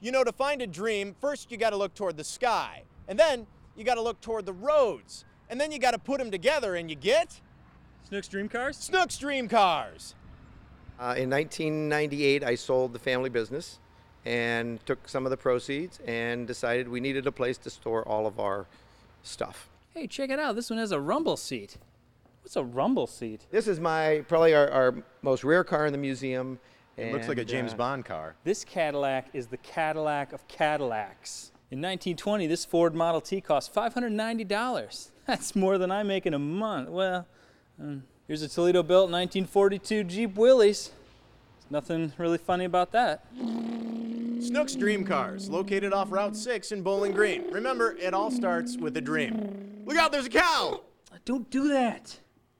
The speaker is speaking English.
You know, to find a dream, first you got to look toward the sky, and then you got to look toward the roads, and then you got to put them together, and you get Snook's Dream Cars? Snook's Dream Cars. Uh, in 1998, I sold the family business and took some of the proceeds and decided we needed a place to store all of our stuff. Hey, check it out. This one has a rumble seat. What's a rumble seat? This is my probably our, our most rare car in the museum. It looks like a and, James uh, Bond car. This Cadillac is the Cadillac of Cadillacs. In 1920, this Ford Model T cost $590. That's more than I make in a month. Well, um, here's a Toledo built 1942 Jeep Willys. There's nothing really funny about that. Snook's Dream Cars, located off Route 6 in Bowling Green. Remember, it all starts with a dream. Look out, there's a cow! Don't do that.